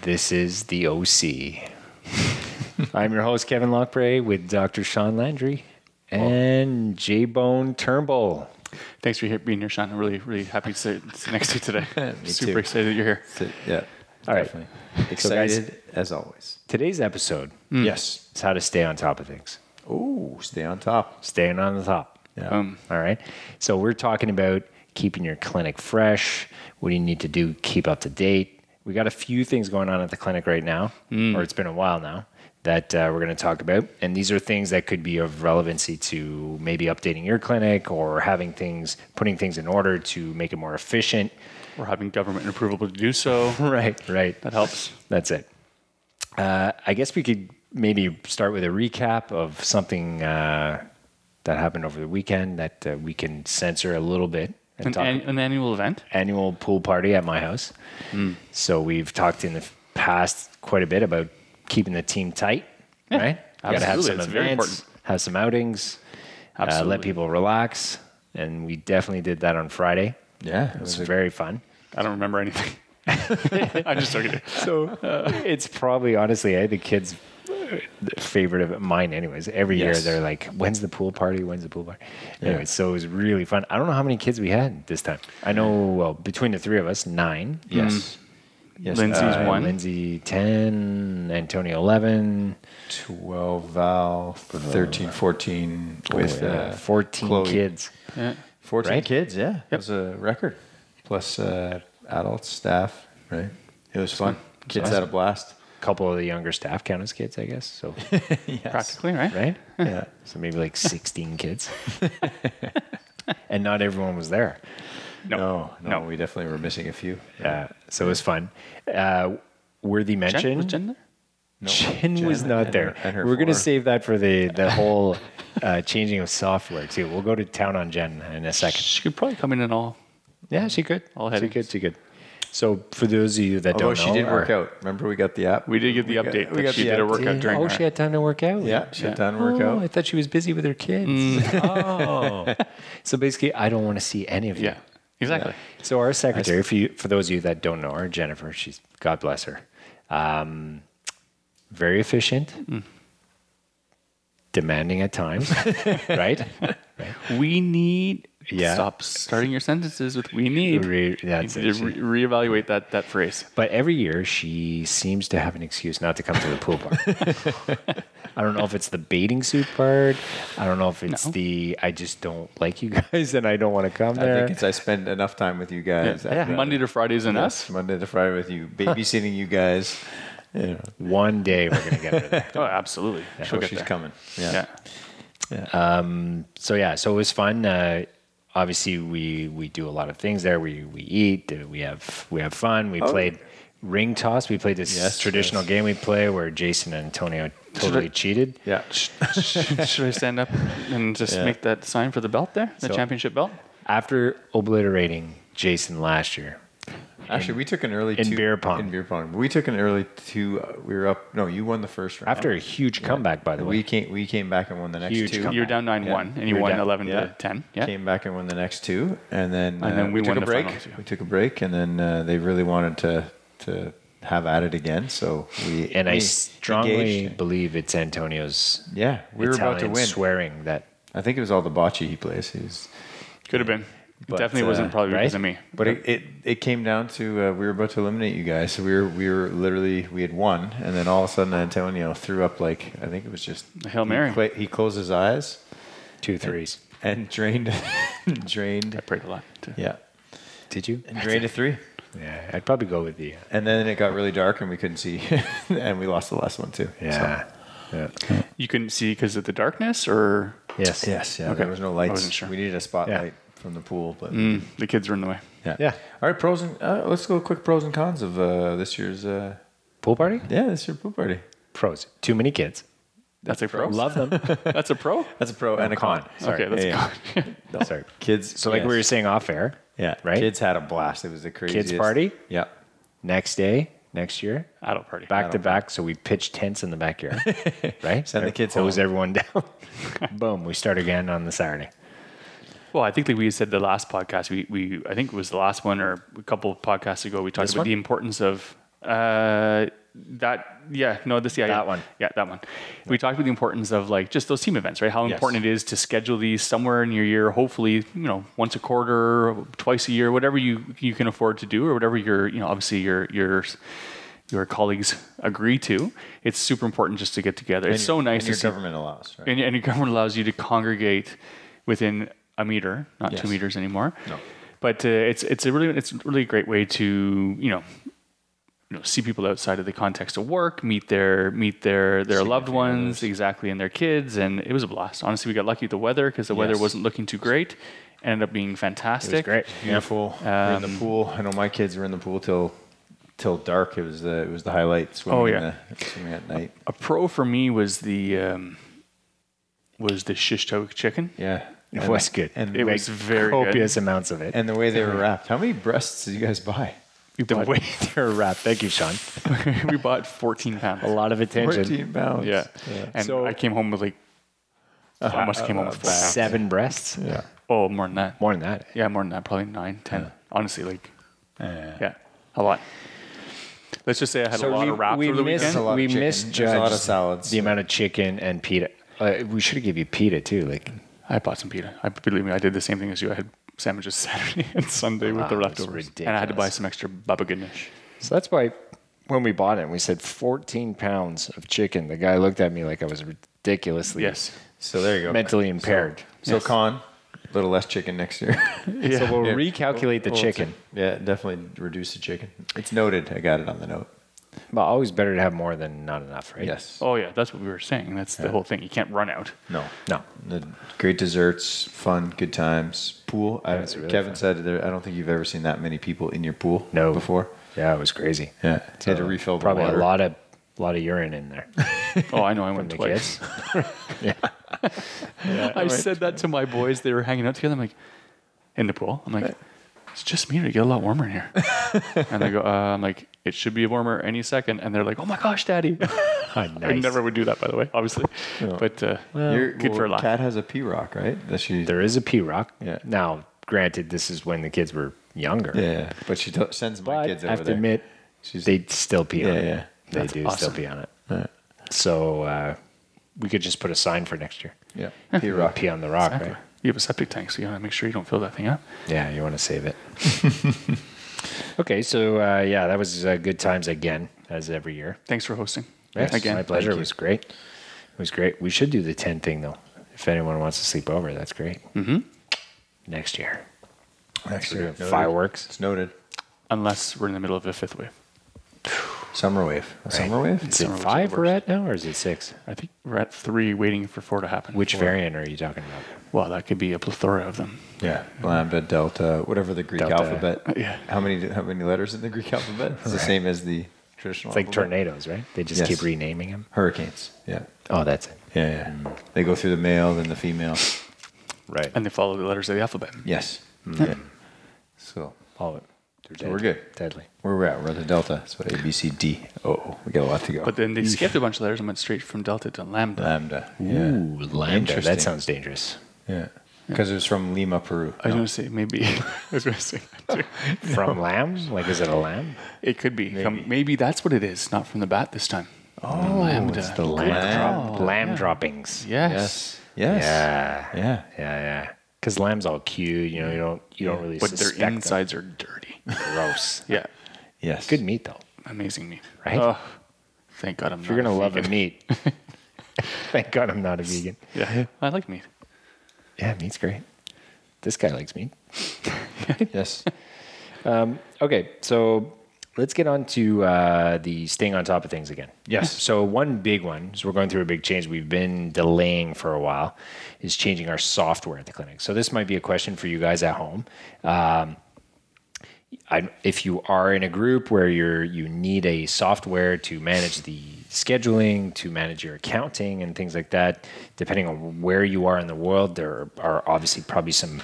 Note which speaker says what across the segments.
Speaker 1: This is the OC. I'm your host, Kevin Lockbray, with Dr. Sean Landry and J Bone Turnbull.
Speaker 2: Thanks for here- being here, Sean. I'm really, really happy to sit sit next to you today. Super
Speaker 3: too.
Speaker 2: excited that you're here.
Speaker 3: yeah.
Speaker 1: All right. So, guys,
Speaker 3: Excited as always.
Speaker 1: today's episode
Speaker 3: Yes.
Speaker 1: is how to stay on top of things,
Speaker 3: Oh, stay on top.
Speaker 1: staying on the top.
Speaker 2: Um,
Speaker 1: All right. So we're talking about keeping your clinic fresh. What do you need to do? Keep up to date. We got a few things going on at the clinic right now, or it's been a while now, that uh, we're going to talk about. And these are things that could be of relevancy to maybe updating your clinic or having things, putting things in order to make it more efficient.
Speaker 2: we're having government approval to do so.
Speaker 1: Right, right.
Speaker 2: That helps.
Speaker 1: That's it. Uh, I guess we could maybe start with a recap of something uh, that happened over the weekend that uh, we can censor a little bit and
Speaker 2: An,
Speaker 1: talk
Speaker 2: an, an annual event.
Speaker 1: annual pool party at my house. So we've talked in the f- past quite a bit about keeping the team tight, right? Gotta have
Speaker 2: absolutely.
Speaker 1: some
Speaker 2: It's very
Speaker 1: events,
Speaker 2: important.
Speaker 1: have some outings, uh, let
Speaker 2: Absolutely.
Speaker 1: people relax, and we definitely did that on Friday.
Speaker 3: Yeah.
Speaker 1: It was very fun.
Speaker 2: I don't remember anything. I just took it.
Speaker 1: So it's probably honestly, I the kids' favorite of it, mine, anyways. Every
Speaker 3: Yes.
Speaker 1: year they're like, "When's the pool party? When's the pool party?" Anyway, so it was really fun. I don't know how many kids we had this time. I know well between the three of us, nine.
Speaker 3: Yes. Yes.
Speaker 2: Lindsay's
Speaker 3: uh,
Speaker 1: Uh,
Speaker 2: one.
Speaker 1: Lindsay ten, Antonio eleven,
Speaker 3: 12 Val, 13, 14 with
Speaker 1: oh, yeah,
Speaker 3: uh,
Speaker 1: fourteen
Speaker 3: Chloe.
Speaker 1: kids.
Speaker 2: Yeah.
Speaker 3: 14
Speaker 1: Right?
Speaker 3: kids, yeah. It was a record. Plus uh, adults, staff, right? It was fun. Kids had a blast.
Speaker 1: A couple of the younger staff count as kids, I guess. So
Speaker 3: yes.
Speaker 2: Practically, right?
Speaker 1: right,
Speaker 3: Yeah.
Speaker 1: so maybe like sixteen kids, and not everyone was there.
Speaker 3: No, no,
Speaker 2: No.
Speaker 3: we definitely were missing a few.
Speaker 1: Uh, so it was fun. Uh, worthy
Speaker 2: Jen,
Speaker 1: mention.
Speaker 2: was Jen there?
Speaker 1: Jen was
Speaker 3: Jen
Speaker 1: not
Speaker 3: and
Speaker 1: there.
Speaker 3: her- and her
Speaker 1: We're gonna
Speaker 3: four.
Speaker 1: save that for the the whole uh, changing of software too. We'll go to town on Jen in a second.
Speaker 2: She could probably come in and all.
Speaker 1: Yeah, she could.
Speaker 2: All
Speaker 1: she
Speaker 2: headings.
Speaker 1: could. She could. So for those of you that
Speaker 3: Although
Speaker 1: don't know,
Speaker 3: she did work
Speaker 1: or-
Speaker 3: out. Remember, we got the app.
Speaker 2: We did get the
Speaker 3: got-
Speaker 2: update.
Speaker 3: we
Speaker 2: that
Speaker 3: got
Speaker 2: she
Speaker 3: the
Speaker 2: did a
Speaker 3: update.
Speaker 2: workout during
Speaker 1: oh,
Speaker 2: our-
Speaker 1: she had time to work out.
Speaker 3: Yeah, she had
Speaker 2: Yeah. Mm.
Speaker 3: done work
Speaker 1: Oh, I
Speaker 3: out.
Speaker 1: thought she was busy with her kids. Oh. so basically, I don't want to see any of you.
Speaker 2: Yeah, exactly.
Speaker 1: So our secretary, for, you, for those of you that don't know her, Jennifer, she's God bless her, um, very efficient,
Speaker 2: Mm.
Speaker 1: demanding at times, right?
Speaker 2: We need.
Speaker 1: Yeah.
Speaker 2: Stop starting your sentences with "we need."
Speaker 1: Re- that's
Speaker 2: you need
Speaker 1: it.
Speaker 2: to re- reevaluate that that phrase.
Speaker 1: But every year she seems to have an excuse not to come to the pool part. I don't know if it's the bathing suit part. I don't know if it's the I just don't like you guys and I don't want to come
Speaker 3: I
Speaker 1: there.
Speaker 3: think it's I spend enough time with you guys. I'd rather-
Speaker 2: Monday to Fridays and
Speaker 3: yes,
Speaker 2: us.
Speaker 3: Monday to Friday with you, babysitting you guys. You know,
Speaker 1: One day we're gonna get her there.
Speaker 2: Oh, absolutely. She'll
Speaker 3: oh,
Speaker 2: get
Speaker 3: she's
Speaker 2: there.
Speaker 3: coming. Yeah.
Speaker 2: Yeah.
Speaker 1: so yeah, so it was fun. Uh, obviously, we we do a lot of things there. We we eat. uh, We have we have fun. We played ring toss. We played this
Speaker 3: Oh. Yes,
Speaker 1: traditional
Speaker 3: yes.
Speaker 1: game we play where Jason and Antonio totally cheated.
Speaker 3: Yeah.
Speaker 2: Should I stand up and just
Speaker 3: Yeah.
Speaker 2: make that sign for the belt there, the
Speaker 1: So-
Speaker 2: championship belt?
Speaker 1: After obliterating Jason last year,
Speaker 3: Actually, we took an early
Speaker 1: in
Speaker 3: two,
Speaker 1: beer pong.
Speaker 3: In beer pong, we took an early two. Uh, we were up. No, you won the first round.
Speaker 1: after a huge comeback, by the way,
Speaker 3: we came, we came back and won the next
Speaker 1: Huge
Speaker 3: two.
Speaker 1: comeback.
Speaker 2: You were down nine one, and you
Speaker 1: We were
Speaker 2: won
Speaker 1: down-
Speaker 2: eleven
Speaker 3: Yeah.
Speaker 2: to ten. Yeah.
Speaker 3: Came back and won the next two, and then
Speaker 2: And then we
Speaker 3: took
Speaker 2: won
Speaker 3: a
Speaker 2: the
Speaker 3: break.
Speaker 2: finals, yeah.
Speaker 3: We took a break, and then uh, they really wanted to to have at it again. So we
Speaker 1: and I
Speaker 3: we
Speaker 1: strongly
Speaker 3: engaged.
Speaker 1: believe it's Antonio's.
Speaker 3: yeah, we were about to
Speaker 1: Italian
Speaker 3: win.
Speaker 1: swearing that.
Speaker 3: I think it was all the bocce he plays. He was,
Speaker 2: Could have been.
Speaker 3: But,
Speaker 2: Definitely
Speaker 3: uh,
Speaker 2: wasn't probably because
Speaker 1: right?
Speaker 2: of me.
Speaker 3: but it, it it came down to uh, we were about to eliminate you guys. So we were we were literally we had won, and then all of a sudden Antonio threw up like I think it was just
Speaker 2: A Hail Mary.
Speaker 3: He, cla- he closed his eyes
Speaker 1: Two threes.
Speaker 3: and drained drained.
Speaker 2: I prayed a lot. too.
Speaker 3: Yeah,
Speaker 1: Did you?
Speaker 3: and drained a three.
Speaker 1: Yeah, I'd probably go with the.
Speaker 3: And then it got really dark and we couldn't see, and we lost the last one too.
Speaker 1: Yeah. yeah.
Speaker 2: You couldn't see because of the darkness, or
Speaker 1: Yes.
Speaker 3: So- yes. Yeah.
Speaker 2: Okay.
Speaker 3: There was
Speaker 2: I
Speaker 3: no lights.
Speaker 2: wasn't sure.
Speaker 3: We needed a spotlight from the pool, but
Speaker 2: Mm, the kids were in the way.
Speaker 3: yeah.
Speaker 1: Yeah.
Speaker 3: All right. Pros and uh, let's go quick pros and cons of uh, this year's uh,
Speaker 1: Pool party?
Speaker 3: Yeah, that's your pool party.
Speaker 1: Pros. Too many kids.
Speaker 2: That's a pro.
Speaker 1: Love them.
Speaker 2: That's a pro.
Speaker 3: That's a pro and a Oh, con.
Speaker 1: Sorry.
Speaker 2: Okay, that's
Speaker 3: Yeah,
Speaker 1: No, Sorry.
Speaker 3: Kids.
Speaker 1: So, like
Speaker 3: yes.
Speaker 1: we were saying off air,
Speaker 3: yeah,
Speaker 1: right?
Speaker 3: Kids had a blast. It was the craziest
Speaker 1: party?
Speaker 3: Yeah,
Speaker 1: next day, next year,
Speaker 2: adult party.
Speaker 1: back to back. So we pitched tents in the backyard, right?
Speaker 3: Send the kids
Speaker 1: hose
Speaker 3: home.
Speaker 1: everyone down. Boom. We start again on the Saturday.
Speaker 2: Well, I think that we said the last podcast. We, we I think it was the last one or a couple of podcasts ago. We talked about
Speaker 1: one?
Speaker 2: the importance of uh, that. Yeah, no, this yeah, yeah.
Speaker 1: That one.
Speaker 2: Yeah, that one. We talked about the importance of like just those team events, right? How important it is to schedule these somewhere in your year. Hopefully, you know, once a quarter, twice a year, whatever you you can afford to do, or whatever your you know, obviously your your your colleagues agree to. It's super important just to get together. it's so
Speaker 3: And
Speaker 2: nice to
Speaker 3: your
Speaker 2: see
Speaker 3: government allows. Right?
Speaker 2: and, and your government allows you to congregate within a meter, not two
Speaker 3: Yes.
Speaker 2: meters anymore.
Speaker 3: No.
Speaker 2: But uh, it's it's a really it's a really great way to you know, you know see people outside of the context of work, meet their meet their their loved ones exactly and their kids, and it was a blast. Honestly, we got lucky with the weather because the weather
Speaker 3: Yes.
Speaker 2: wasn't looking too great. Ended up being fantastic.
Speaker 1: great.
Speaker 3: Beautiful. We're in the pool. I know my kids were in the pool till till dark. It was the it was the highlight swimming.
Speaker 2: Oh,
Speaker 3: in
Speaker 2: yeah.
Speaker 3: the, swimming at night.
Speaker 2: A pro for me was the um, was the shish tov chicken.
Speaker 3: Yeah,
Speaker 1: It was good.
Speaker 3: And
Speaker 2: It
Speaker 1: Like,
Speaker 2: was very good.
Speaker 1: copious amounts of it.
Speaker 3: and the way they were wrapped. How many breasts did you guys buy?
Speaker 1: the way they're wrapped. Thank you, Sean.
Speaker 2: we bought 14 pounds.
Speaker 1: A lot of attention.
Speaker 3: Fourteen pounds.
Speaker 2: Yeah. And
Speaker 1: So-
Speaker 2: I came home with like, uh, I must have came home with four pounds.
Speaker 1: Seven breasts.
Speaker 3: Yeah.
Speaker 2: Oh, more than that.
Speaker 1: More than that.
Speaker 2: Yeah, more than that. Probably nine, ten. Honestly, like, yeah. a lot. Let's just say I had a lot of wraps over the
Speaker 1: missed-
Speaker 2: weekend.
Speaker 3: a lot of
Speaker 1: we
Speaker 3: chicken. There's a
Speaker 1: misjudged
Speaker 3: lot of salads.
Speaker 1: the amount of chicken and pita. Uh, we should have give you pita too. Like
Speaker 2: I bought some pita. I believe me, I did the same thing as you. I had sandwiches Saturday and Sunday with the
Speaker 1: Wow, that's
Speaker 2: leftovers, and I had to buy
Speaker 1: ridiculous.
Speaker 2: some extra baba ganoush.
Speaker 1: so that's why when we bought it, we said 14 pounds of chicken. The guy looked at me like I was ridiculously
Speaker 2: Yes.
Speaker 3: So there you go.
Speaker 1: mentally impaired.
Speaker 3: So con, a little less chicken next year.
Speaker 2: Yeah.
Speaker 1: So we'll recalculate the chicken.
Speaker 3: yeah, definitely reduce the chicken. It's noted. I got it on the note.
Speaker 1: But always better to have more than not enough, right?
Speaker 3: Yes.
Speaker 2: oh yeah, that's what we were saying. That's the whole thing. You can't run out.
Speaker 3: No.
Speaker 1: No.
Speaker 3: The great desserts, fun, good times, pool. I,
Speaker 1: it's really
Speaker 3: Kevin
Speaker 1: fun.
Speaker 3: said there. I don't think you've ever seen that many people in your pool.
Speaker 1: No.
Speaker 3: Before.
Speaker 1: Yeah, it was crazy.
Speaker 3: Yeah. had to refill the
Speaker 1: probably
Speaker 3: water.
Speaker 1: a lot of lot of urine in there.
Speaker 2: Oh, I know. I went
Speaker 1: the
Speaker 2: twice. I said that to my boys. They were hanging out together. I'm like, in the pool. I'm like, it's just me to get a lot warmer in here. and they go, uh, I'm like, it should be warmer any second. And they're like, oh my gosh, daddy.
Speaker 1: Ah,
Speaker 2: I
Speaker 1: nice.
Speaker 2: never would do that, by the way, obviously. But uh,
Speaker 3: Your-
Speaker 2: good for a
Speaker 3: well,
Speaker 2: laugh.
Speaker 3: Kat has a P rock, right? That she.
Speaker 1: There is a P rock.
Speaker 3: Yeah.
Speaker 1: Now, granted, this is when the kids were younger.
Speaker 3: Yeah. But she t- sends my
Speaker 1: But
Speaker 3: kids
Speaker 1: I
Speaker 3: over
Speaker 1: have to
Speaker 3: there.
Speaker 1: admit,
Speaker 3: She's-
Speaker 1: they still pee on
Speaker 3: Yeah,
Speaker 1: it.
Speaker 3: yeah.
Speaker 1: They
Speaker 2: That's
Speaker 1: do still
Speaker 2: awesome.
Speaker 1: pee on it. So uh, we could just put a sign for next year.
Speaker 3: Yeah. P rock.
Speaker 1: Pee on the rock,
Speaker 2: Exactly.
Speaker 1: right?
Speaker 2: You have a septic tank, so you want to make sure you don't fill that thing up.
Speaker 1: Yeah, you want to save it. okay, so uh, yeah, that was uh, good times again, as every year.
Speaker 2: Thanks for hosting.
Speaker 1: Yes,
Speaker 2: Again.
Speaker 1: my pleasure. It was great. It was great. We should do the 10 thing, though. If anyone wants to sleep over, that's great. Mm-hmm. Next year.
Speaker 3: Next
Speaker 1: We're
Speaker 3: year.
Speaker 1: doing
Speaker 3: Noted.
Speaker 1: fireworks.
Speaker 3: It's noted.
Speaker 2: Unless we're in the middle of a fifth wave.
Speaker 3: Summer wave. A Summer wave.
Speaker 1: Is it
Speaker 2: Summer was
Speaker 1: five
Speaker 2: the
Speaker 1: we're at now, or is it six?
Speaker 2: I think we're at three waiting for four to happen.
Speaker 1: Which
Speaker 2: Four.
Speaker 1: variant are you talking about?
Speaker 2: Well, that could be a plethora of them.
Speaker 3: Yeah, Uh, lambda, delta, whatever the Greek
Speaker 1: Delta.
Speaker 3: alphabet.
Speaker 2: Yeah.
Speaker 3: How many how many letters in the Greek alphabet? It's the same as the traditional.
Speaker 1: It's like
Speaker 3: alphabet.
Speaker 1: tornadoes, right? They just
Speaker 3: Yes.
Speaker 1: keep renaming them.
Speaker 3: Hurricanes. Yeah.
Speaker 1: Oh, that's it.
Speaker 3: Yeah. yeah. They go through the male, then the female.
Speaker 1: Right.
Speaker 2: And they follow the letters of the alphabet.
Speaker 3: Yes. Yeah. So
Speaker 1: All of it.
Speaker 3: So we're good.
Speaker 1: Deadly.
Speaker 3: where we're at, we're at the delta. So A, B, C, D. Oh, we got a lot to go.
Speaker 2: But then they skipped a bunch of letters and went straight from delta to lambda.
Speaker 3: lambda. Yeah.
Speaker 1: Ooh, lambda.
Speaker 3: Interesting.
Speaker 1: That sounds dangerous.
Speaker 3: Yeah. Because it was from Lima, Peru.
Speaker 2: I was going to say maybe. I was going to say that too.
Speaker 1: From lamb? Like, is it a lamb?
Speaker 2: it could be. Maybe. maybe that's what it is. Not from the bat this time. Oh, lambda.
Speaker 3: it's the
Speaker 1: Lamb,
Speaker 3: lamb.
Speaker 1: drop- lamb droppings.
Speaker 2: Yes.
Speaker 3: Yes. Yes.
Speaker 1: Yeah. Yeah.
Speaker 3: Yeah.
Speaker 1: Yeah. Because lamb's all cute. You know, you don't, you don't really
Speaker 2: But
Speaker 1: suspect
Speaker 2: their
Speaker 1: them.
Speaker 2: insides are dirty.
Speaker 1: Gross.
Speaker 2: yeah.
Speaker 3: Yes.
Speaker 1: Good meat, though.
Speaker 2: Amazing meat.
Speaker 1: Right?
Speaker 2: Oh, thank God I'm not.
Speaker 1: You're going to love a
Speaker 2: vegan.
Speaker 1: meat. Thank God I'm not a vegan.
Speaker 2: Yeah. I like meat.
Speaker 1: Yeah, meat's great. This guy likes meat.
Speaker 3: Yes.
Speaker 1: Okay, so let's get on to uh, the staying on top of things again.
Speaker 3: Yes.
Speaker 1: So one big one, so we're going through a big change. We've been delaying for a while, is changing our software at the clinic. So this might be a question for you guys at home. Um, I, if you are in a group where you're you need a software to manage the scheduling, to manage your accounting and things like that, depending on where you are in the world, there are obviously probably some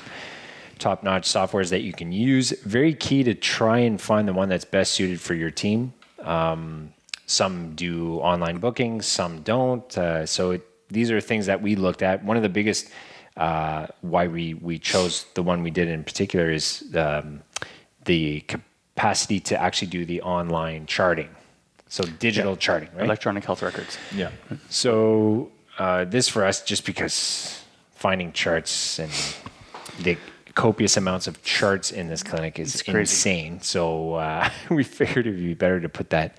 Speaker 1: top-notch softwares that you can use. Very key to try and find the one that's best suited for your team. Um, some do online bookings, some don't. Uh, so it, these are things that we looked at. One of the biggest uh, why we we chose the one we did in particular is um, the capacity to actually do the online charting. So digital charting, right?
Speaker 2: Electronic health records.
Speaker 3: Yeah.
Speaker 1: So uh, this for us, just because finding charts and the copious amounts of charts in this clinic is
Speaker 2: It's crazy.
Speaker 1: insane. So uh, we figured it'd be better to put that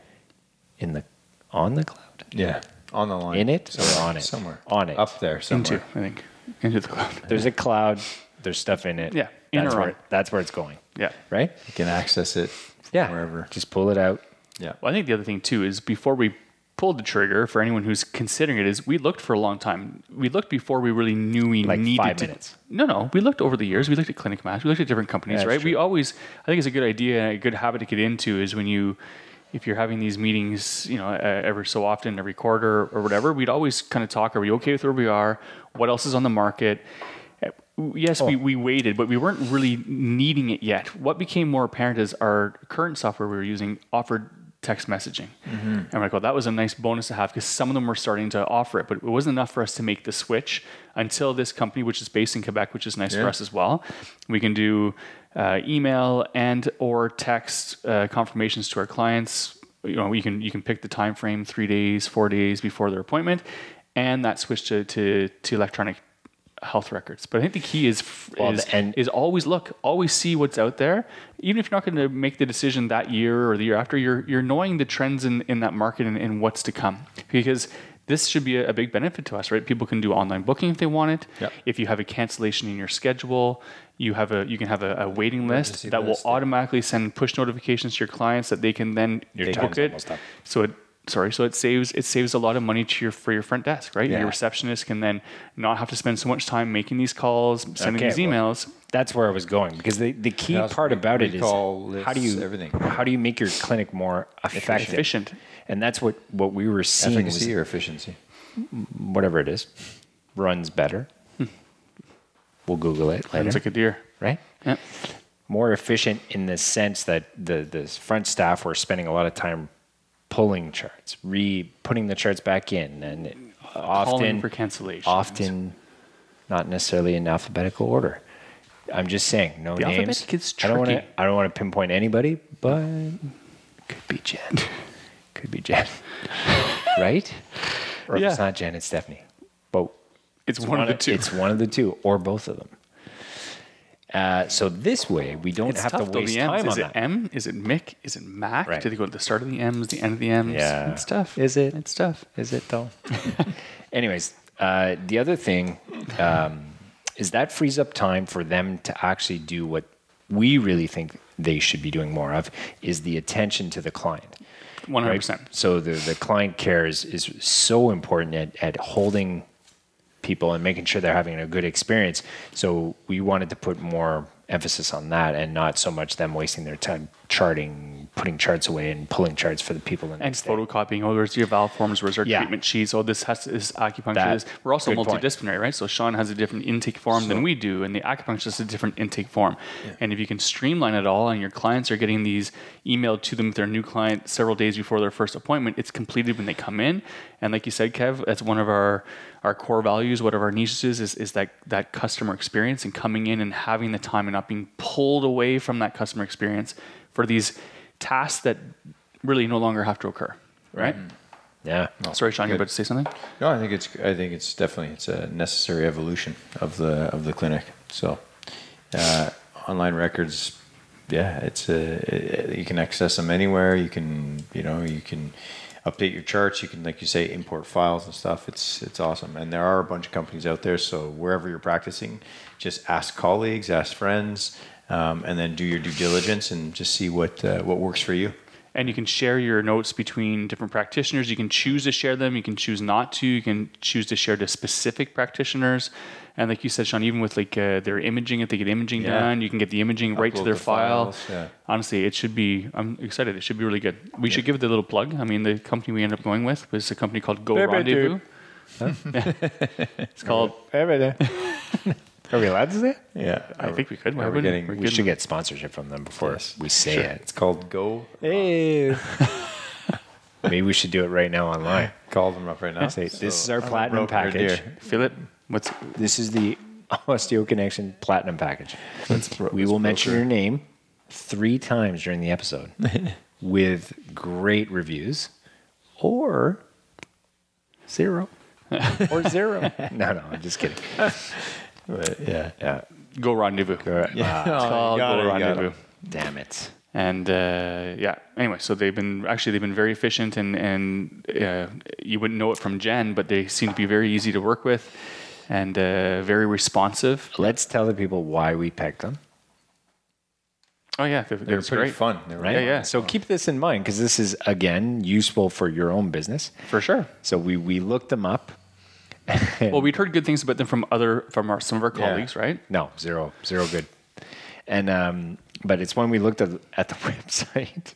Speaker 1: in the on the cloud,
Speaker 3: Yeah. On the line.
Speaker 1: in it or
Speaker 3: Somewhere.
Speaker 1: on it,
Speaker 3: Somewhere.
Speaker 1: on it.
Speaker 3: Up there
Speaker 2: Into,
Speaker 3: somewhere.
Speaker 2: I think, into the cloud.
Speaker 1: There's a cloud. There's stuff in it.
Speaker 2: Yeah, in
Speaker 1: that's
Speaker 2: or on.
Speaker 1: where that's where it's going.
Speaker 2: Yeah.
Speaker 1: Right.
Speaker 3: You can access it
Speaker 1: Yeah.
Speaker 3: wherever.
Speaker 1: Just pull it out.
Speaker 3: Yeah.
Speaker 2: Well, I think the other thing too is before we pulled the trigger for anyone who's considering it is we looked for a long time. We looked before we really knew we
Speaker 1: Like
Speaker 2: needed
Speaker 1: five
Speaker 2: to.
Speaker 1: minutes.
Speaker 2: No, no. We looked over the years. We looked at Clinic Match. We looked at different companies,
Speaker 1: That's
Speaker 2: right? We
Speaker 1: true.
Speaker 2: always, I think it's a good idea and a good habit to get into is when you, if you're having these meetings, you know, uh, every so often, every quarter or whatever, we'd always kind of talk, are we okay with where we are? What else is on the market? Uh, Yes, we, we waited, but we weren't really needing it yet. What became more apparent is our current software we were using offered text messaging. And we're like, well, that was a nice bonus to have because some of them were starting to offer it, but it wasn't enough for us to make the switch until this company, which is based in Quebec, which is nice for
Speaker 3: Yeah.
Speaker 2: us as well. We can do uh, email and or text uh, confirmations to our clients. You know, you can you can pick the time frame, three days, four days before their appointment, and that switch to to, to electronic health records. But I think the key is f-
Speaker 1: Well,
Speaker 2: is,
Speaker 1: the- and-
Speaker 2: is always look, always see what's out there. Even if you're not going to make the decision that year or the year after, you're you're knowing the trends in, in that market and, and what's to come. Because this should be a, a big benefit to us, right? People can do online booking if they want it.
Speaker 3: Yep.
Speaker 2: If you have a cancellation in your schedule, you have a you can have a, a waiting list
Speaker 3: Emergency
Speaker 2: that
Speaker 3: list,
Speaker 2: will
Speaker 3: yeah.
Speaker 2: automatically send push notifications to your clients that they can then
Speaker 1: Your
Speaker 2: book
Speaker 1: time's
Speaker 2: it.
Speaker 1: almost up.
Speaker 2: So it sorry, so it saves it saves a lot of money to your for your front desk, right?
Speaker 3: Yeah.
Speaker 2: Your receptionist can then not have to spend so much time making these calls, sending
Speaker 1: Okay,
Speaker 2: these
Speaker 1: well-
Speaker 2: emails.
Speaker 1: That's where I was going because the, the key
Speaker 3: Yeah, it's
Speaker 1: part
Speaker 3: re-
Speaker 1: about it is
Speaker 3: recall lists,
Speaker 1: how do you
Speaker 3: everything.
Speaker 1: how do you make your clinic more effective?
Speaker 2: Efficient.
Speaker 1: And that's what, what we were seeing was
Speaker 3: Efficacy or efficiency?
Speaker 1: whatever it is, runs better. We'll Google it later,
Speaker 2: It's Hmm. like a deer.
Speaker 1: right?
Speaker 2: Yeah.
Speaker 1: More efficient in the sense that the the front staff were spending a lot of time pulling charts, re putting the charts back in, and often
Speaker 2: Calling for cancellations.
Speaker 1: often not necessarily in alphabetical order. I'm just saying, no
Speaker 2: The
Speaker 1: names.
Speaker 2: alphabet gets
Speaker 1: I don't want to.
Speaker 2: tricky.
Speaker 1: I don't want to pinpoint anybody, but could be Jen. could be Jen. right? Or if
Speaker 2: Yeah.
Speaker 1: it's not Jen, it's Stephanie. But
Speaker 2: It's one of the two.
Speaker 1: It's one of the two, or both of them. Uh, so this way, we don't
Speaker 2: It's
Speaker 1: have to
Speaker 2: tough, though,
Speaker 1: waste
Speaker 2: the M's.
Speaker 1: time
Speaker 2: Is
Speaker 1: on
Speaker 2: it
Speaker 1: that.
Speaker 2: M? Is it Mick? Is it Mac?
Speaker 1: Right.
Speaker 2: Do they go to the start of the M's, the end of the M's?
Speaker 1: Yeah.
Speaker 2: It's tough.
Speaker 1: Is it?
Speaker 2: It's tough.
Speaker 1: Is it though? Anyways, uh, the other thing um, is that frees up time for them to actually do what we really think they should be doing more of is the attention to the client.
Speaker 2: One hundred
Speaker 1: right?
Speaker 2: percent.
Speaker 1: So the, the client care is, is so important at, at holding people and making sure they're having a good experience. So we wanted to put more emphasis on that and not so much them wasting their time charting, putting charts away and pulling charts for the people. The
Speaker 2: And
Speaker 1: next day.
Speaker 2: photocopying. Oh, there's your valve forms. Where's our
Speaker 1: Yeah.
Speaker 2: treatment sheets? Oh, this has to, this acupuncture.
Speaker 1: That-
Speaker 2: this. We're also
Speaker 1: good point.
Speaker 2: multidisciplinary, right? So Sean has a different intake form than we do, and the acupuncturist has a different intake form. And if you can streamline it all, and your clients are getting these emailed to them with their new client several days before their first appointment, it's completed when they come in. And like you said, Kev, that's one of our our core values. One of our niches is is, is that that customer experience and coming in and having the time and not being pulled away from that customer experience for these tasks that really no longer have to occur. Right.
Speaker 1: Mm-hmm. yeah.
Speaker 2: Sorry, Sean, you
Speaker 3: Good.
Speaker 2: about to say something?
Speaker 3: No, I think it's I think it's definitely it's a necessary evolution of the of the clinic. So uh, online records, yeah, it's a you can access them anywhere. You can you know you can update your charts. You can like you say import files and stuff. It's it's awesome, and there are a bunch of companies out there. So wherever you're practicing, just ask colleagues, ask friends. Um, and then do your due diligence and just see what uh, what works for you.
Speaker 2: and you can share your notes between different practitioners. You can choose to share them. You can choose not to. You can choose to share to specific practitioners. And like you said, Sean, even with like uh, their imaging, if they get imaging
Speaker 3: Yeah.
Speaker 2: done, you can get the imaging right to
Speaker 3: Upload
Speaker 2: their
Speaker 3: the
Speaker 2: file.
Speaker 3: files, yeah.
Speaker 2: Honestly, it should be. I'm excited. It should be really good. We should give it a little plug. I mean, the company we ended up going with was a company called Go
Speaker 1: Baby
Speaker 2: Rendezvous.
Speaker 1: dude.
Speaker 2: It's called.
Speaker 1: Everything. Are we allowed to say it?
Speaker 3: Yeah,
Speaker 2: I think we could. Why
Speaker 3: Are we
Speaker 2: wouldn't
Speaker 3: getting?
Speaker 2: we?
Speaker 1: We should get sponsorship from them before
Speaker 3: Yes.
Speaker 1: we say
Speaker 3: Sure.
Speaker 1: it.
Speaker 3: It's called Go.
Speaker 1: Hey. Maybe we should do it right now online.
Speaker 3: Call them up right now.
Speaker 1: Say, this
Speaker 3: So-
Speaker 1: is our
Speaker 3: I'm a
Speaker 1: platinum
Speaker 3: broker,
Speaker 1: package.
Speaker 3: dear.
Speaker 2: Philip, what's
Speaker 1: This is the Osteo Connection Platinum Package. we will mention your name three times during the episode with great reviews or zero. or zero. No, no, I'm just kidding.
Speaker 3: But, yeah.
Speaker 1: Yeah.
Speaker 2: Go Rendezvous?
Speaker 1: yeah.
Speaker 2: It's called
Speaker 3: got
Speaker 2: Go
Speaker 3: it, you got it.
Speaker 2: Rendezvous.
Speaker 1: damn it.
Speaker 2: And uh, yeah, anyway, so they've been actually they've been very efficient, and and uh, you wouldn't know it from Jen, but they seem to be very easy to work with, and uh, very responsive.
Speaker 1: Let's tell the people why we picked them.
Speaker 2: Oh yeah, they're,
Speaker 3: They were pretty
Speaker 2: great.
Speaker 3: fun. They were
Speaker 1: Right?
Speaker 2: Yeah, yeah.
Speaker 1: So keep this in mind because this is, again, useful for your own business.
Speaker 2: for sure.
Speaker 1: So we, we looked them up.
Speaker 2: Well, we'd heard good things about them from other from our, some of our colleagues, right?
Speaker 1: No, zero, zero good. And um, but it's when we looked at, at the website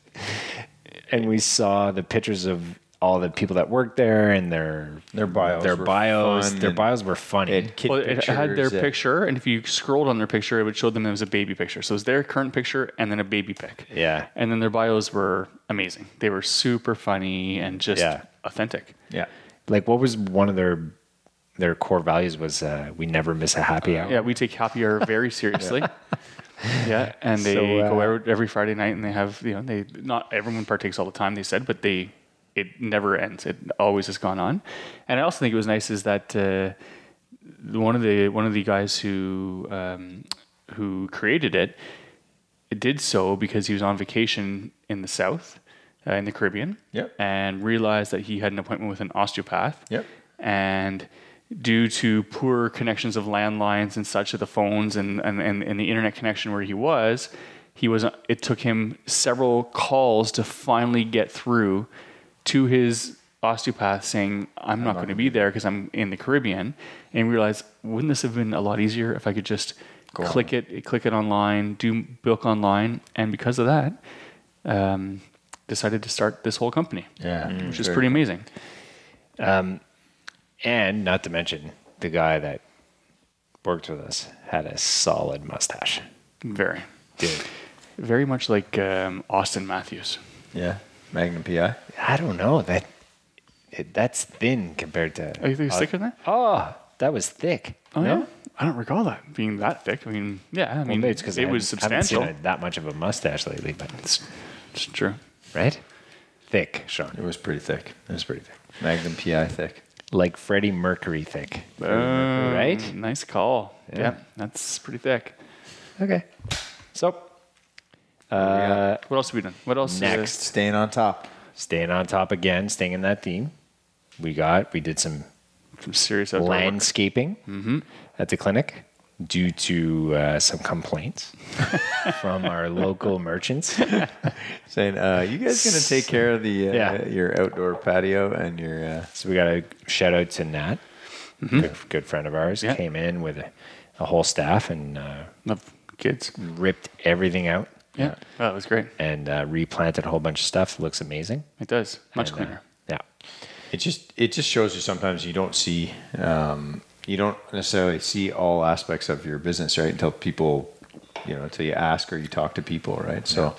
Speaker 1: and we saw the pictures of all the people that worked there and their
Speaker 3: Their bios
Speaker 1: their
Speaker 3: were
Speaker 1: bios,
Speaker 3: fun
Speaker 1: their
Speaker 3: and-
Speaker 1: bios were funny.
Speaker 3: They had kid
Speaker 2: Well, it had their
Speaker 3: pictures, yeah.
Speaker 2: picture, and if you scrolled on their picture, it would show them it was a baby picture. So it was their current picture and then a baby pic.
Speaker 1: Yeah.
Speaker 2: And then their bios were amazing. They were super funny and just
Speaker 1: Yeah.
Speaker 2: authentic.
Speaker 3: Yeah.
Speaker 1: like what was one of their their core values was uh, we never miss a happy hour.
Speaker 2: Uh, Yeah, we take happy hour very seriously. yeah. and they
Speaker 1: So, uh,
Speaker 2: go out every Friday night, and they have you know they not everyone partakes all the time. They said, but they it never ends. It always has gone on. And I also think it was nice is that uh, one of the one of the guys who um, who created it it did so because he was on vacation in the south uh, in the caribbean
Speaker 3: Yep.
Speaker 2: and realized that he had an appointment with an osteopath
Speaker 3: Yep.
Speaker 2: and due to poor connections of landlines and such of the phones and, and, and, and the internet connection where he was he was it took him several calls to finally get through to his osteopath saying i'm, not going to be there because i'm in the caribbean and realized wouldn't this have been a lot easier if i could just click it click it online do bilk online and because of that um, decided to start this whole company
Speaker 3: Yeah.
Speaker 2: which is pretty amazing
Speaker 1: And not to mention the guy that worked with us had a solid mustache.
Speaker 2: very
Speaker 1: Dude,
Speaker 2: Very much like um, Austin Matthews.
Speaker 3: Yeah. Magnum PI.
Speaker 1: I don't know that it, that's thin compared to
Speaker 2: Are you think it's thicker than that?
Speaker 1: Oh, that was thick.
Speaker 2: Oh, yeah. I don't recall that being that thick. I mean, yeah. I mean,
Speaker 1: Well, maybe it's because
Speaker 2: it was substantial.
Speaker 1: that much of a mustache lately, but it's,
Speaker 2: It's true.
Speaker 1: right, thick,
Speaker 3: It
Speaker 1: Sean,
Speaker 3: was pretty thick. It was pretty
Speaker 1: thick.
Speaker 3: Magnum PI thick.
Speaker 1: like Freddie Mercury thick.
Speaker 2: Boom.
Speaker 1: Right?
Speaker 2: Nice call. Yeah.
Speaker 1: Yeah.
Speaker 2: That's pretty thick.
Speaker 1: Okay, so
Speaker 3: Yeah.
Speaker 2: What else have we done? What else? uh,
Speaker 1: Next.
Speaker 3: Staying on top.
Speaker 1: staying on top again, staying in that theme. We got we did some
Speaker 2: some serious outdoor work.
Speaker 1: landscaping
Speaker 2: Mm-hmm.
Speaker 1: at the clinic due to uh, some complaints from our local merchants.
Speaker 3: Saying, uh, you guys gonna take care of the uh,
Speaker 1: Yeah.
Speaker 3: your outdoor patio and your uh,
Speaker 1: So we got a shout out to Nat, good, good friend of ours,
Speaker 2: Mm-hmm. Yeah.
Speaker 1: came in with a, a whole staff and uh,
Speaker 2: Love kids.
Speaker 1: ripped everything out.
Speaker 2: Yeah. Oh, that was great.
Speaker 1: and uh, replanted a whole bunch of stuff. Looks amazing.
Speaker 2: It does. Much
Speaker 1: And, uh,
Speaker 2: cleaner.
Speaker 1: yeah.
Speaker 3: it just it just shows you sometimes you don't see um, you don't necessarily see all aspects of your business right until people you know until you ask or you talk to people right so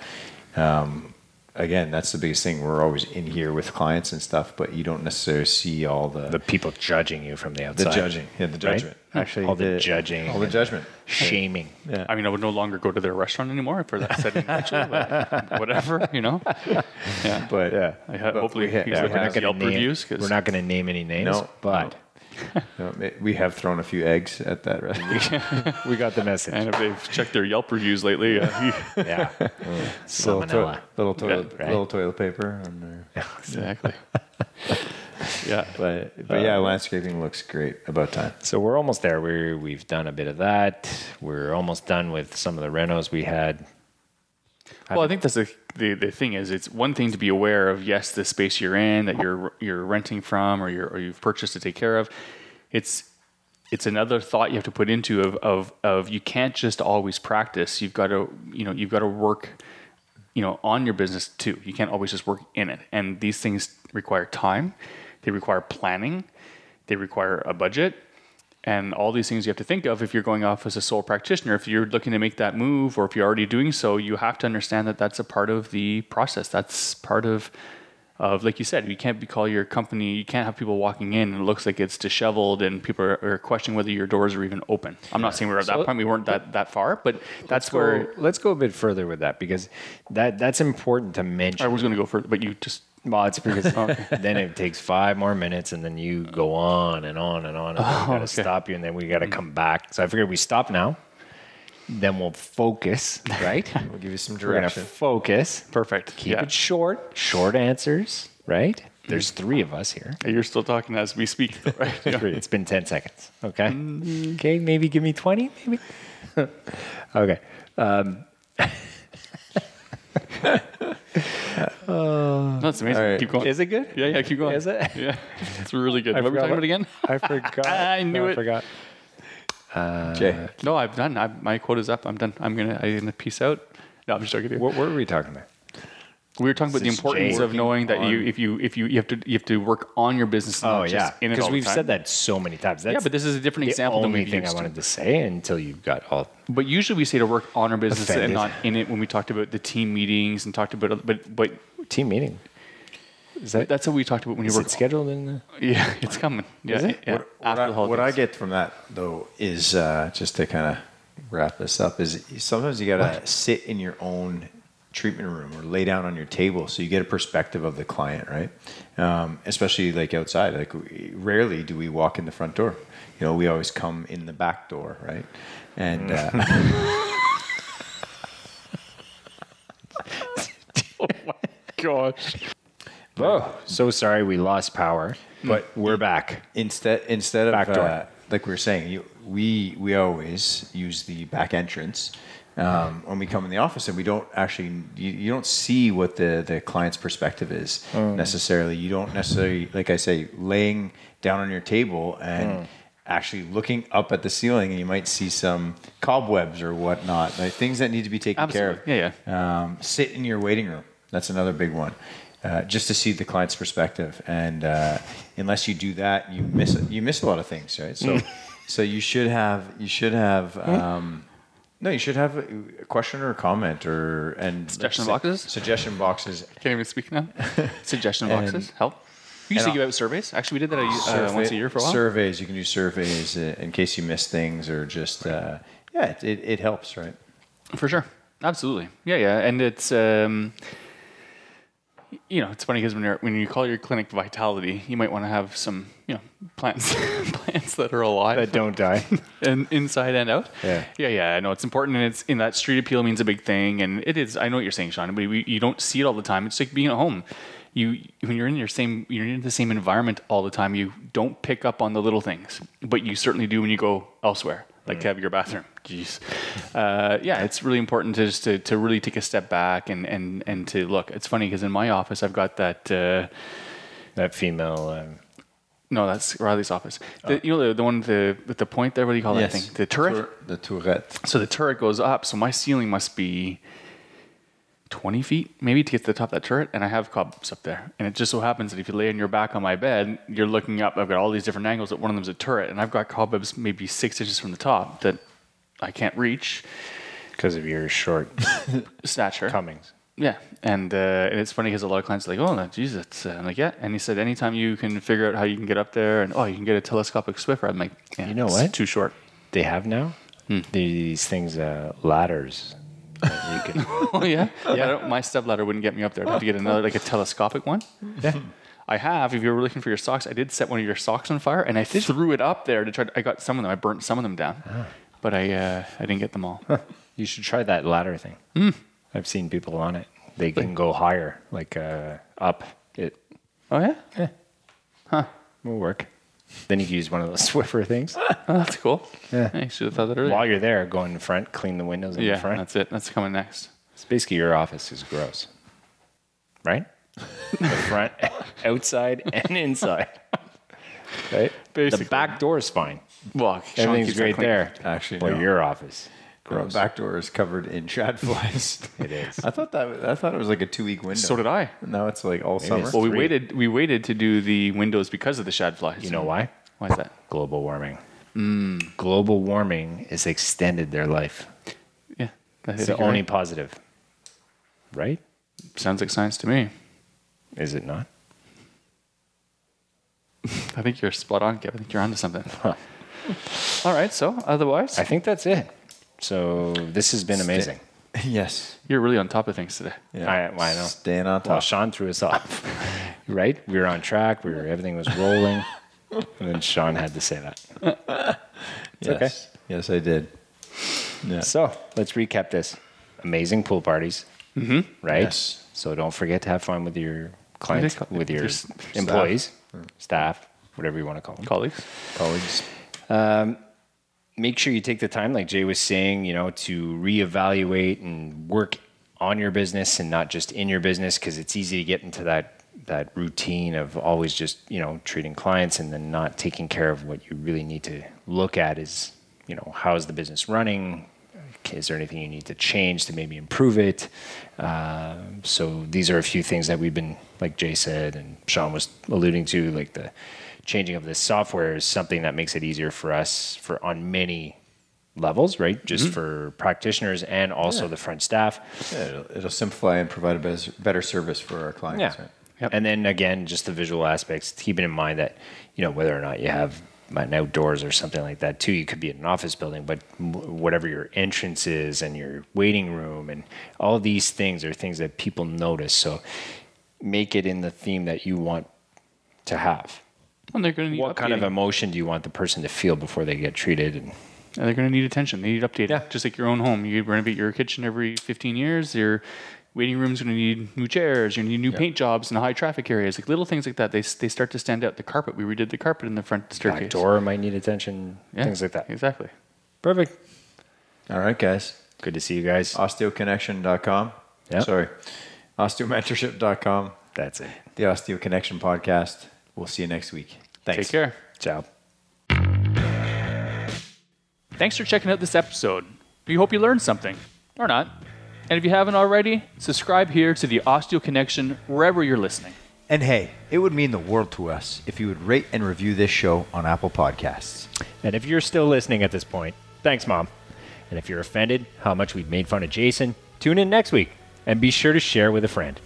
Speaker 3: um, again that's the biggest thing we're always in here with clients and stuff but you don't necessarily see all the
Speaker 1: The people judging you from the
Speaker 3: the
Speaker 1: outside.
Speaker 3: judging yeah the judgment
Speaker 2: Actually,
Speaker 1: all the, judging.
Speaker 3: all the
Speaker 1: and
Speaker 3: judgment
Speaker 1: Shaming.
Speaker 2: I mean, I would no longer go to their restaurant anymore for that setting. Actually, but whatever, you know? Yeah.
Speaker 3: but yeah
Speaker 2: I ho- hopefully he's
Speaker 1: Yeah,
Speaker 2: looking
Speaker 1: we're,
Speaker 2: at
Speaker 1: not
Speaker 2: the
Speaker 1: gonna
Speaker 2: Yelp
Speaker 1: name,
Speaker 2: reviews. 'cause-
Speaker 1: we're not going to name any names,
Speaker 3: No,
Speaker 1: but
Speaker 3: we have thrown a few eggs at that restaurant
Speaker 1: we got the message.
Speaker 2: And if they've checked their Yelp reviews lately, uh,
Speaker 1: yeah. Mm.
Speaker 3: little,
Speaker 1: Salmonella.
Speaker 3: to- little toilet
Speaker 1: right.
Speaker 3: little toilet paper on there.
Speaker 2: exactly. yeah,
Speaker 3: But but yeah, landscaping looks great. About time.
Speaker 1: So we're almost there. We're, we've done a bit of that. We're almost done with some of the renos we had.
Speaker 2: Well, I think that's the the, the thing is, it's one thing to be aware of, yes, the space you're in that you're you're renting from or you're, or you've purchased to take care of. It's it's another thought you have to put into of of of you can't just always practice. You've got to you know you've got to work you know on your business too. You can't always just work in it. And these things require time. They require planning. They require a budget and all these things you have to think of if you're going off as a sole practitioner if you're looking to make that move or if you're already doing so you have to understand that that's a part of the process that's part of of like you said you can't be call your company you can't have people walking in and it looks like it's disheveled and people are, are questioning whether your doors are even open i'm not saying we were at that point we weren't that that far but that's where
Speaker 1: Well, let's go a bit further with that because that that's important to
Speaker 2: i
Speaker 1: mention.
Speaker 2: was going to go further but you just oh,
Speaker 1: Well, it's because then it takes five more minutes, and then you go on and on and on. And
Speaker 2: Oh,
Speaker 1: we got to stop you, and then we got to come back. So I figured we stop now. Then we'll focus, right?
Speaker 3: We'll give you some
Speaker 1: We're gonna
Speaker 3: direction.
Speaker 1: focus.
Speaker 2: perfect
Speaker 1: Keep
Speaker 2: yeah.
Speaker 1: it short. Short answers, right? There's three of us here.
Speaker 2: you're still talking as we speak though, right Yeah. Mm.
Speaker 1: Three. It's been ten seconds. Okay. Okay. Maybe give me twenty. Maybe. okay.
Speaker 2: No, that's amazing
Speaker 3: All right.
Speaker 2: keep going
Speaker 1: Is it good?
Speaker 2: yeah yeah keep going
Speaker 1: Is it?
Speaker 2: yeah it's really good
Speaker 1: I
Speaker 2: what were we
Speaker 1: forgot
Speaker 2: talking about again
Speaker 1: I forgot.
Speaker 2: I knew
Speaker 1: No, I
Speaker 2: it.
Speaker 1: forgot.
Speaker 3: Jay,
Speaker 2: No, I've done. I've, my quota's up. I'm done. I'm gonna. I'm gonna peace out. No, I'm just joking.
Speaker 1: What were we talking about?
Speaker 2: We were talking about the
Speaker 1: Since
Speaker 2: importance
Speaker 1: Jay-
Speaker 2: of knowing that you, if you, if you, you have to, you have to work on your business. and
Speaker 1: Oh
Speaker 2: not
Speaker 1: yeah,
Speaker 2: just in it all
Speaker 1: because
Speaker 2: the
Speaker 1: we've
Speaker 2: time.
Speaker 1: said that so many times. That's
Speaker 2: Yeah, but this is a different
Speaker 1: the
Speaker 2: example than
Speaker 1: only
Speaker 2: we've
Speaker 1: thing
Speaker 2: used.
Speaker 1: I wanted to say until you got all.
Speaker 2: But usually we say to work on our business and
Speaker 1: Offended.
Speaker 2: not in it when we talked about the team meetings and talked about. other- But but
Speaker 1: Team meeting. Is that
Speaker 2: that's what we talked about when
Speaker 1: is
Speaker 2: you Oh
Speaker 1: it
Speaker 2: work.
Speaker 1: scheduled in? The,
Speaker 2: Yeah, it's coming. Yeah,
Speaker 1: it?
Speaker 2: yeah.
Speaker 3: What, what
Speaker 2: after
Speaker 3: I,
Speaker 2: the
Speaker 3: what I
Speaker 2: holidays.
Speaker 3: get from that though is uh, just to kind of wrap this up is sometimes you gotta sit in your own treatment room or lay down on your table so you get a perspective of the client, right? Um, especially like outside, like we, rarely do we walk in the front door. You know, we always come in the back door, right? And uh,
Speaker 1: oh, so sorry, we lost power,
Speaker 3: Hmm.
Speaker 1: but we're back.
Speaker 3: instead instead of
Speaker 1: Back door.
Speaker 3: uh, like we were saying, you, we we always use the back entrance um, when we come in the office, and we don't actually you, you don't see what the the client's perspective is necessarily. You don't necessarily like I say laying down on your table and. Actually, looking up at the ceiling, and you might see some cobwebs or whatnot, like things that need to be taken care of.
Speaker 2: Absolutely. Yeah,
Speaker 3: Um, sit in your waiting room. That's another big one. Uh, just to see the client's perspective, and uh, unless you do that, you miss you miss a lot of things, right? So,
Speaker 2: Mm-hmm.
Speaker 3: so you should have you should have um, no, you should have a a question or a comment or and
Speaker 2: Suggestion
Speaker 3: like,
Speaker 2: boxes?
Speaker 3: suggestion boxes.
Speaker 2: Can't even speak now. Suggestion
Speaker 3: And-
Speaker 2: boxes help. We used to
Speaker 3: and
Speaker 2: give out surveys. Actually, we did that uh, once a year for a while.
Speaker 3: Surveys you can do surveys uh, in case you miss things or just uh, yeah, it, it, it helps, right?
Speaker 2: For sure. Absolutely. Yeah, yeah. And it's um you know, it's funny because when you're when you call your clinic vitality, you might want to have some, you know, plants plants that are alive
Speaker 1: That don't die.
Speaker 2: and inside and out.
Speaker 1: Yeah.
Speaker 2: yeah, yeah. I know it's important, and it's in that street appeal means a big thing, and it is. I know what you're saying, Sean, but we, you don't see it all the time. It's like being at home. You when you're in your same you're in the same environment all the time. You don't pick up on the little things, but you certainly do when you go elsewhere, like to have your bathroom. Jeez, uh, yeah, it's really important to just to, to really take a step back and and and to look. It's funny because in my office I've got that. Uh,
Speaker 1: that female. Um,
Speaker 2: no, that's Riley's office. The, You know the, the one with the with the point there. What do you call that thing? The turret.
Speaker 3: Tour- the Tourette.
Speaker 2: So the turret goes up. So my ceiling must be 20 feet, maybe, to get to the top of that turret. And I have cobwebs up there. And it just so happens that if you lay on your back on my bed, you're looking up. I've got all these different angles. That one of them's a turret, and I've got cobwebs maybe six inches from the top that I can't reach.
Speaker 1: because of your short
Speaker 2: Stature.
Speaker 1: comings.
Speaker 2: Yeah, and uh, and it's funny because a lot of clients are like, oh, no, geez, that's. Uh, I'm like, yeah, and he said, anytime you can figure out how you can get up there, and oh, you can get a telescopic Swiffer. I'm like, yeah,
Speaker 1: You know
Speaker 2: it's
Speaker 1: what?
Speaker 2: Too short.
Speaker 1: They have now
Speaker 2: Hmm.
Speaker 1: these things uh, ladders. That you can,
Speaker 2: Oh yeah, yeah. I don't, my step ladder wouldn't get me up there. I'd have to get another, like a telescopic one.
Speaker 1: yeah.
Speaker 2: I have. If you were looking for your socks, I did set one of your socks on fire, and I threw it up there to try. To, I got some of them. I burnt some of them down,
Speaker 1: Ah.
Speaker 2: but I uh, I didn't get them all.
Speaker 1: You should try that ladder thing.
Speaker 2: Hmm.
Speaker 1: I've seen people on it. They can go higher, like uh, up. It
Speaker 2: Oh yeah, yeah.
Speaker 1: will work. Then you can use one of those Swiffer things.
Speaker 2: Oh, that's cool. Yeah, I should have thought that earlier.
Speaker 1: While you're there, go in front, clean the windows in
Speaker 2: yeah,
Speaker 1: the front.
Speaker 2: that's it. That's coming next.
Speaker 1: It's basically your office is gross. right? the front, outside, and inside. Right?
Speaker 2: Basically.
Speaker 1: The back door is fine.
Speaker 2: Well, Sean
Speaker 1: Everything's
Speaker 2: keeps that
Speaker 1: great
Speaker 2: clean.
Speaker 1: there.
Speaker 3: Actually,
Speaker 1: But
Speaker 3: no.
Speaker 1: your office.
Speaker 3: Gross. back door is covered in shad flies.
Speaker 1: It is.
Speaker 3: I thought that I thought it was like a two week window.
Speaker 2: So did I.
Speaker 3: Now it's like all
Speaker 1: Maybe it's-
Speaker 3: summer.
Speaker 2: Well, we
Speaker 1: Three.
Speaker 2: waited. We waited to do the windows because of the shad flies.
Speaker 1: You know why?
Speaker 2: Why is that?
Speaker 1: Global warming. Global warming has extended their life.
Speaker 2: Yeah, that
Speaker 1: It's the only positive. Right?
Speaker 2: sounds like science to me.
Speaker 1: Is it not?
Speaker 2: I think you're spot on, Kev. I think you're onto something. All right. So otherwise,
Speaker 1: I think that's it. So this has been amazing.
Speaker 3: yes.
Speaker 2: you're really on top of things today.
Speaker 1: I- well, I know.
Speaker 3: Staying on
Speaker 1: Well,
Speaker 3: top.
Speaker 1: Sean threw us off, right? We were on track. We were everything was rolling, and then Sean had to say that.
Speaker 3: yes. Yes, I did. Yeah.
Speaker 1: So let's recap this: amazing pool parties, mm-hmm. right?
Speaker 3: Yes.
Speaker 1: So don't forget to have fun with your clients,
Speaker 2: With your-
Speaker 1: with your
Speaker 2: your s-
Speaker 1: employees, staff, whatever you want to call them.
Speaker 2: Colleagues,
Speaker 3: Colleagues.
Speaker 1: make sure you take the time, like Jay was saying, you know, to reevaluate and work on your business and not just in your business because it's easy to get into that that routine of always just you know treating clients and then not taking care of what you really need to look at is you know how is the business running is there anything you need to change to maybe improve it Um so these are a few things that we've been like jay said and sean was alluding to like the changing of this software is something that makes it easier for us for on many levels right just for practitioners and also the front staff
Speaker 3: Yeah, it'll, it'll simplify and provide a better, better service for our clients.
Speaker 1: yeah.
Speaker 3: right?
Speaker 2: Yep.
Speaker 1: And then again, just the visual aspects, keeping in mind that, you know, whether or not you have an outdoors or something like that too, you could be in an office building, but m- whatever your entrance is and your waiting room and all these things are things that people notice. So make it in the theme that you want to have.
Speaker 2: and they're going to need
Speaker 1: What kind of
Speaker 2: updating.
Speaker 1: emotion do you want the person to feel before they get treated? And
Speaker 2: And they're going to need attention. They need updating.
Speaker 1: Yeah.
Speaker 2: Just like your own home. You renovate your kitchen every 15 years. Your waiting room's going to need new chairs. You're going to need new paint jobs in high traffic areas. Like little things like that. They, s- they start to stand out. The carpet. We redid the carpet in the front staircase.
Speaker 1: back door might need attention,
Speaker 2: Yeah,
Speaker 1: things like that.
Speaker 2: Exactly.
Speaker 1: Perfect.
Speaker 3: All right, guys.
Speaker 1: Good to see you
Speaker 2: Uh,
Speaker 1: guys.
Speaker 3: Osteoconnection.com.
Speaker 1: Yep.
Speaker 3: Sorry. Osteomentorship.com.
Speaker 1: That's it.
Speaker 3: The Osteoconnection podcast. We'll see you next week. Thanks.
Speaker 2: Take care.
Speaker 1: Ciao.
Speaker 2: Thanks for checking out this episode. We hope you learned something, or not. And if you haven't already, subscribe here to the Osteo Connection wherever you're listening.
Speaker 4: And hey, it would mean the world to us if you would rate and review this show on Apple Podcasts.
Speaker 1: And if you're still listening at this point, thanks, Mom. And if you're offended how much we've made fun of Jason, tune in next week and be sure to share with a friend.